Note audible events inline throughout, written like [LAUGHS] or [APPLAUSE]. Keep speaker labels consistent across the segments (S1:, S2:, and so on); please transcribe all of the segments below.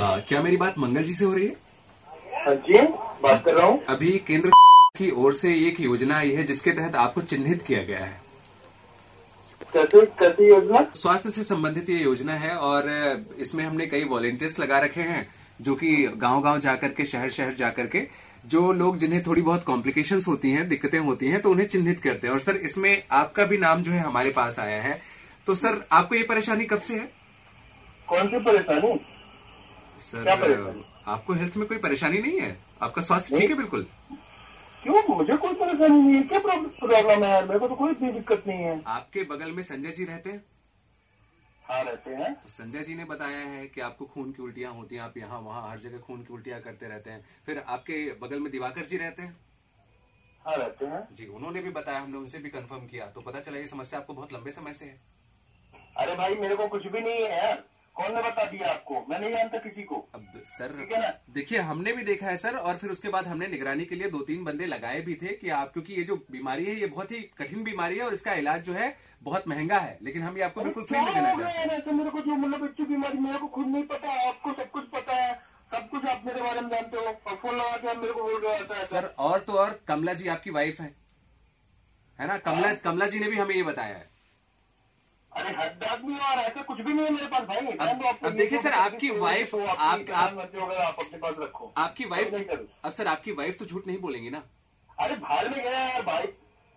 S1: क्या मेरी बात मंगल जी से हो रही है
S2: हाँ जी बात कर रहा हूँ
S1: अभी केंद्र की ओर से एक योजना आई है जिसके तहत आपको चिन्हित किया गया है
S2: कैसे कैसी योजना
S1: स्वास्थ्य से संबंधित ये योजना है और अ, इसमें हमने कई वॉलेंटियर्स लगा रखे हैं जो कि गांव-गांव जाकर के शहर शहर जाकर के जो लोग जिन्हें थोड़ी बहुत कॉम्प्लिकेशंस होती हैं दिक्कतें होती हैं तो उन्हें चिन्हित करते हैं और सर इसमें आपका भी नाम जो है हमारे पास आया है तो सर आपको ये परेशानी कब से है
S2: कौन सी परेशानी
S1: सर
S2: क्या परेशानी?
S1: अ, आपको हेल्थ में कोई परेशानी नहीं है आपका स्वास्थ्य ठीक है बिल्कुल
S2: क्यों मुझे कोई परेशानी नहीं है क्या प्रॉब्लम प्रॉब्लम है यार मेरे को तो कोई भी दिक्कत नहीं है
S1: आपके बगल में संजय जी रहते हैं
S2: हाँ रहते हैं
S1: तो संजय जी ने बताया है कि आपको खून की उल्टियां होती हैं आप यहाँ वहाँ हर जगह खून की उल्टियां करते रहते हैं फिर आपके बगल में दिवाकर जी रहते हैं
S2: हाँ रहते हैं
S1: जी उन्होंने भी बताया हमने उनसे भी कंफर्म किया तो पता चला ये समस्या आपको बहुत लंबे समय से है
S2: अरे भाई मेरे को कुछ भी नहीं है यार कौन ने बता दिया आपको मैं नहीं जानता किसी को
S1: अब सर
S2: ठीक है ना?
S1: देखिए हमने भी देखा है सर और फिर उसके बाद हमने निगरानी के लिए दो तीन बंदे लगाए भी थे कि आप क्योंकि ये जो बीमारी है ये बहुत ही कठिन बीमारी है और इसका इलाज जो है बहुत महंगा है लेकिन हम ये आपको बिल्कुल फ्री
S2: क्या
S1: में देना
S2: हो गया
S1: चाहते हैं
S2: यार ऐसे मेरे को जो मतलब इतनी बीमारी मेरे को खुद नहीं पता है आपको सब कुछ पता है सब कुछ आप मेरे बारे में जानते हो और फोन लगा के आप मेरे को बोल रहे हो ऐसा ऐसा
S1: सर और तो और कमला जी आपकी वाइफ है है ना कमला कमला जी ने भी हमें ये बताया है
S2: अरे हद आदमी हो और ऐसा कुछ भी नहीं है मेरे पास भाई
S1: अब-
S2: मैं तो आपको
S1: अब देखिए
S2: ये
S1: सर,
S2: कहता हूँ
S1: आपकी
S2: कि
S1: wife,
S2: तो
S1: आप-
S2: आपकी
S1: आप-
S2: जान बचाओ अगर आप अपने पास रखो
S1: आपकी वाइफ
S2: नहीं करूँ
S1: अब सर आपकी वाइफ तो झूठ नहीं बोलेंगी ना
S2: अरे भाड़ में गया यार भाई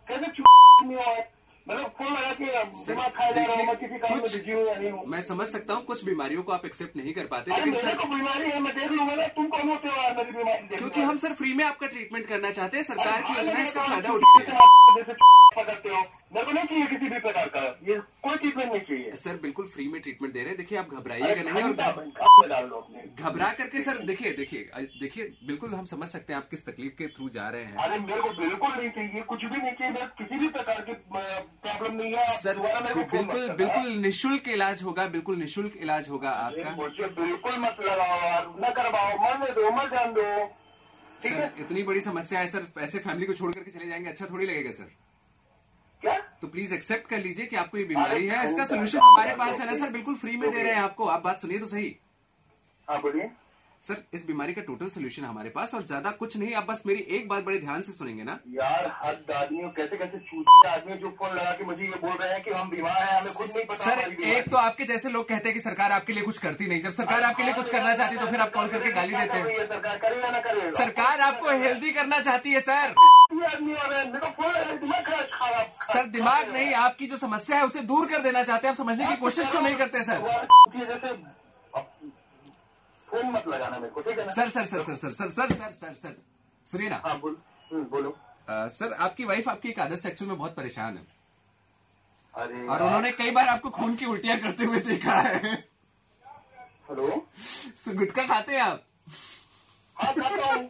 S2: कैसे चुप नहीं हो यार मतलब फोन लगा के दिमाग खाया जा रहा हूँ मैं
S1: देखिए,
S2: किसी काम में
S1: कुछ-
S2: बिजी हूँ या नहीं हूँ
S1: मैं समझ सकता हूँ कुछ बीमारियों को आप एक्सेप्ट नहीं कर पाते
S2: अरे
S1: लेकिन
S2: मेरे
S1: सर
S2: को बीमारी है मैं देख लूंगा ना तुम कौन होते हो यार मेरी बीमारी देखने
S1: क्योंकि हम सर फ्री में आपका ट्रीटमेंट करना चाहते हैं
S2: वाले?
S1: सरकार की
S2: अरे
S1: योजना है,
S2: मेरे
S1: इसका
S2: को
S1: फायदा
S2: तुम
S1: उठाइए
S2: कैसे जैसे पकड़ते हो मेरे को नहीं चाहिए किसी भी प्रकार का ये कोई ट्रीटमेंट नहीं चाहिए
S1: सर बिल्कुल फ्री में ट्रीटमेंट दे रहे हैं देखिए आप घबराइएगा नहीं
S2: अरे
S1: और
S2: घंटा- घंटा डाल लो अपने
S1: मतलब- घबरा करके सर देखिए देखिए अ, देखिए बिल्कुल हम समझ सकते हैं आप किस तकलीफ के थ्रू जा रहे हैं
S2: अरे मेरे को बिल्कुल नहीं चाहिए कुछ भी नहीं चाहिए मेरे को किसी भी प्रकार की प्रॉब्लम नहीं है आप
S1: सर
S2: दोबारा मेरे को फोन मत
S1: बिल्कुल
S2: करना।
S1: बिल्कुल निशुल्क इलाज होगा बिल्कुल निशुल्क इलाज होगा
S2: अरे
S1: आपका
S2: मुझे बिल्कुल मत लगाओ यार न करवाओ मरने दो मर जान दो ठीक है
S1: सर इतनी बड़ी समस्या है सर ऐसे फैमिली को छोड़ करके चले जाएंगे अच्छा थोड़ी लगेगा सर
S2: क्या
S1: तो प्लीज एक्सेप्ट कर लीजिए कि आपको ये बीमारी है इसका
S2: अरे,
S1: सोल्यूशन
S2: अरे,
S1: हमारे
S2: अरे,
S1: पास है ना
S2: अरे,
S1: सर बिल्कुल फ्री में दे रहे हैं आपको आप बात सुनिए तो सही
S2: हाँ बोलिए
S1: सर इस बीमारी का टोटल सोल्यूशन हमारे पास और ज्यादा कुछ नहीं आप बस मेरी एक बात बड़े ध्यान से सुनेंगे ना
S2: यार हद आदमी हो, कैसे कैसे चूती आदमी जो फोन लगा के मुझे ये बोल रहे हैं कि हम बीमार हैं हमें खुद नहीं पता
S1: सर
S2: हमारी बीमारी।
S1: एक तो आपके जैसे लोग कहते हैं कि सरकार आपके लिए कुछ करती नहीं जब सरकार आपके लिए
S2: हाँ,
S1: कुछ करना चाहती है तो फिर आप कॉल करके गाली देते हैं
S2: ये सरकार करे या ना करे
S1: सरकार आपको हेल्दी करना चाहती है सर
S2: ये आदमी हो रहे हैं मेरे को फोन लगा के दिमाग खराब- खराब
S1: सर दिमाग नहीं आपकी जो समस्या है उसे दूर कर देना चाहते हैं आप समझने की कोशिश क्यों नहीं करते सर
S2: ये जैसे अब फोन मत लगाना मेरे को ठीक है ना
S1: sir sir sir sir sir sir sir sir sir sir सुनिए ना
S2: हाँ बोल हम्म, बोलो
S1: अ, सर आपकी वाइफ आपकी एक आदत से एक्चुअल में बहुत परेशान है
S2: अरे
S1: और उन्होंने कई बार आपको खून की उल्टियां करते हुए देखा है
S2: हेलो
S1: सो गुटखा खाते हैं आप
S2: हाँ खाता हूँ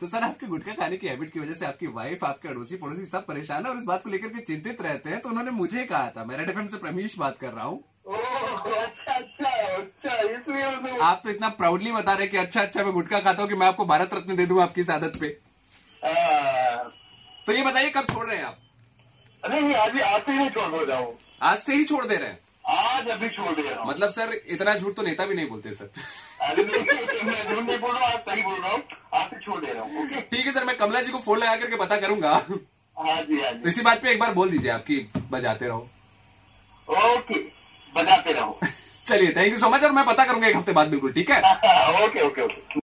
S1: तो सर आपके गुटखा खाने की हैबिट की वजह से आपकी वाइफ आपके अड़ोसी पड़ोसी सब परेशान है और इस बात को लेकर के चिंतित रहते हैं तो उन्होंने मुझे कहा था मैं रेड एफएम से प्रमीश बात कर रहा हूँ
S2: ओह, अच्छा अच्छा अच्छा इसलिए उसने-
S1: आप तो इतना प्राउडली बता रहे हैं कि अच्छा अच्छा मैं गुटखा खाता हूँ कि मैं आपको भारत रत्न दे दूं आपकी इस आदत पे
S2: हाँ।
S1: तो ये बताइए कब छोड़ रहे हैं आप
S2: नहीं नहीं आज आते ही छोड़ हो जाऊँ
S1: आज से ही छोड़ दे रहे हैं
S2: आज अभी छोड़ दे रहा हूँ
S1: मतलब सर इतना झूठ तो नेता भी नहीं बोलते सर
S2: अरे नहीं, मैं झूठ नहीं बोल रहा हूँ आज सही बोल रहा हूँ आज से छोड़ दे रहा हूँ ओके
S1: ठीक है सर मैं कमला जी को फोन लगा करके पता करूंगा तो
S2: हाँ जी हाँ जी
S1: इसी बात पे एक बार बोल दीजिए आपकी बजाते रहो
S2: ओके बजाते रहो [LAUGHS]
S1: चलिए थैंक यू सो मच और मैं पता करूंगा एक हफ्ते बाद बिल्कुल ठीक है
S2: ओके ओके ओके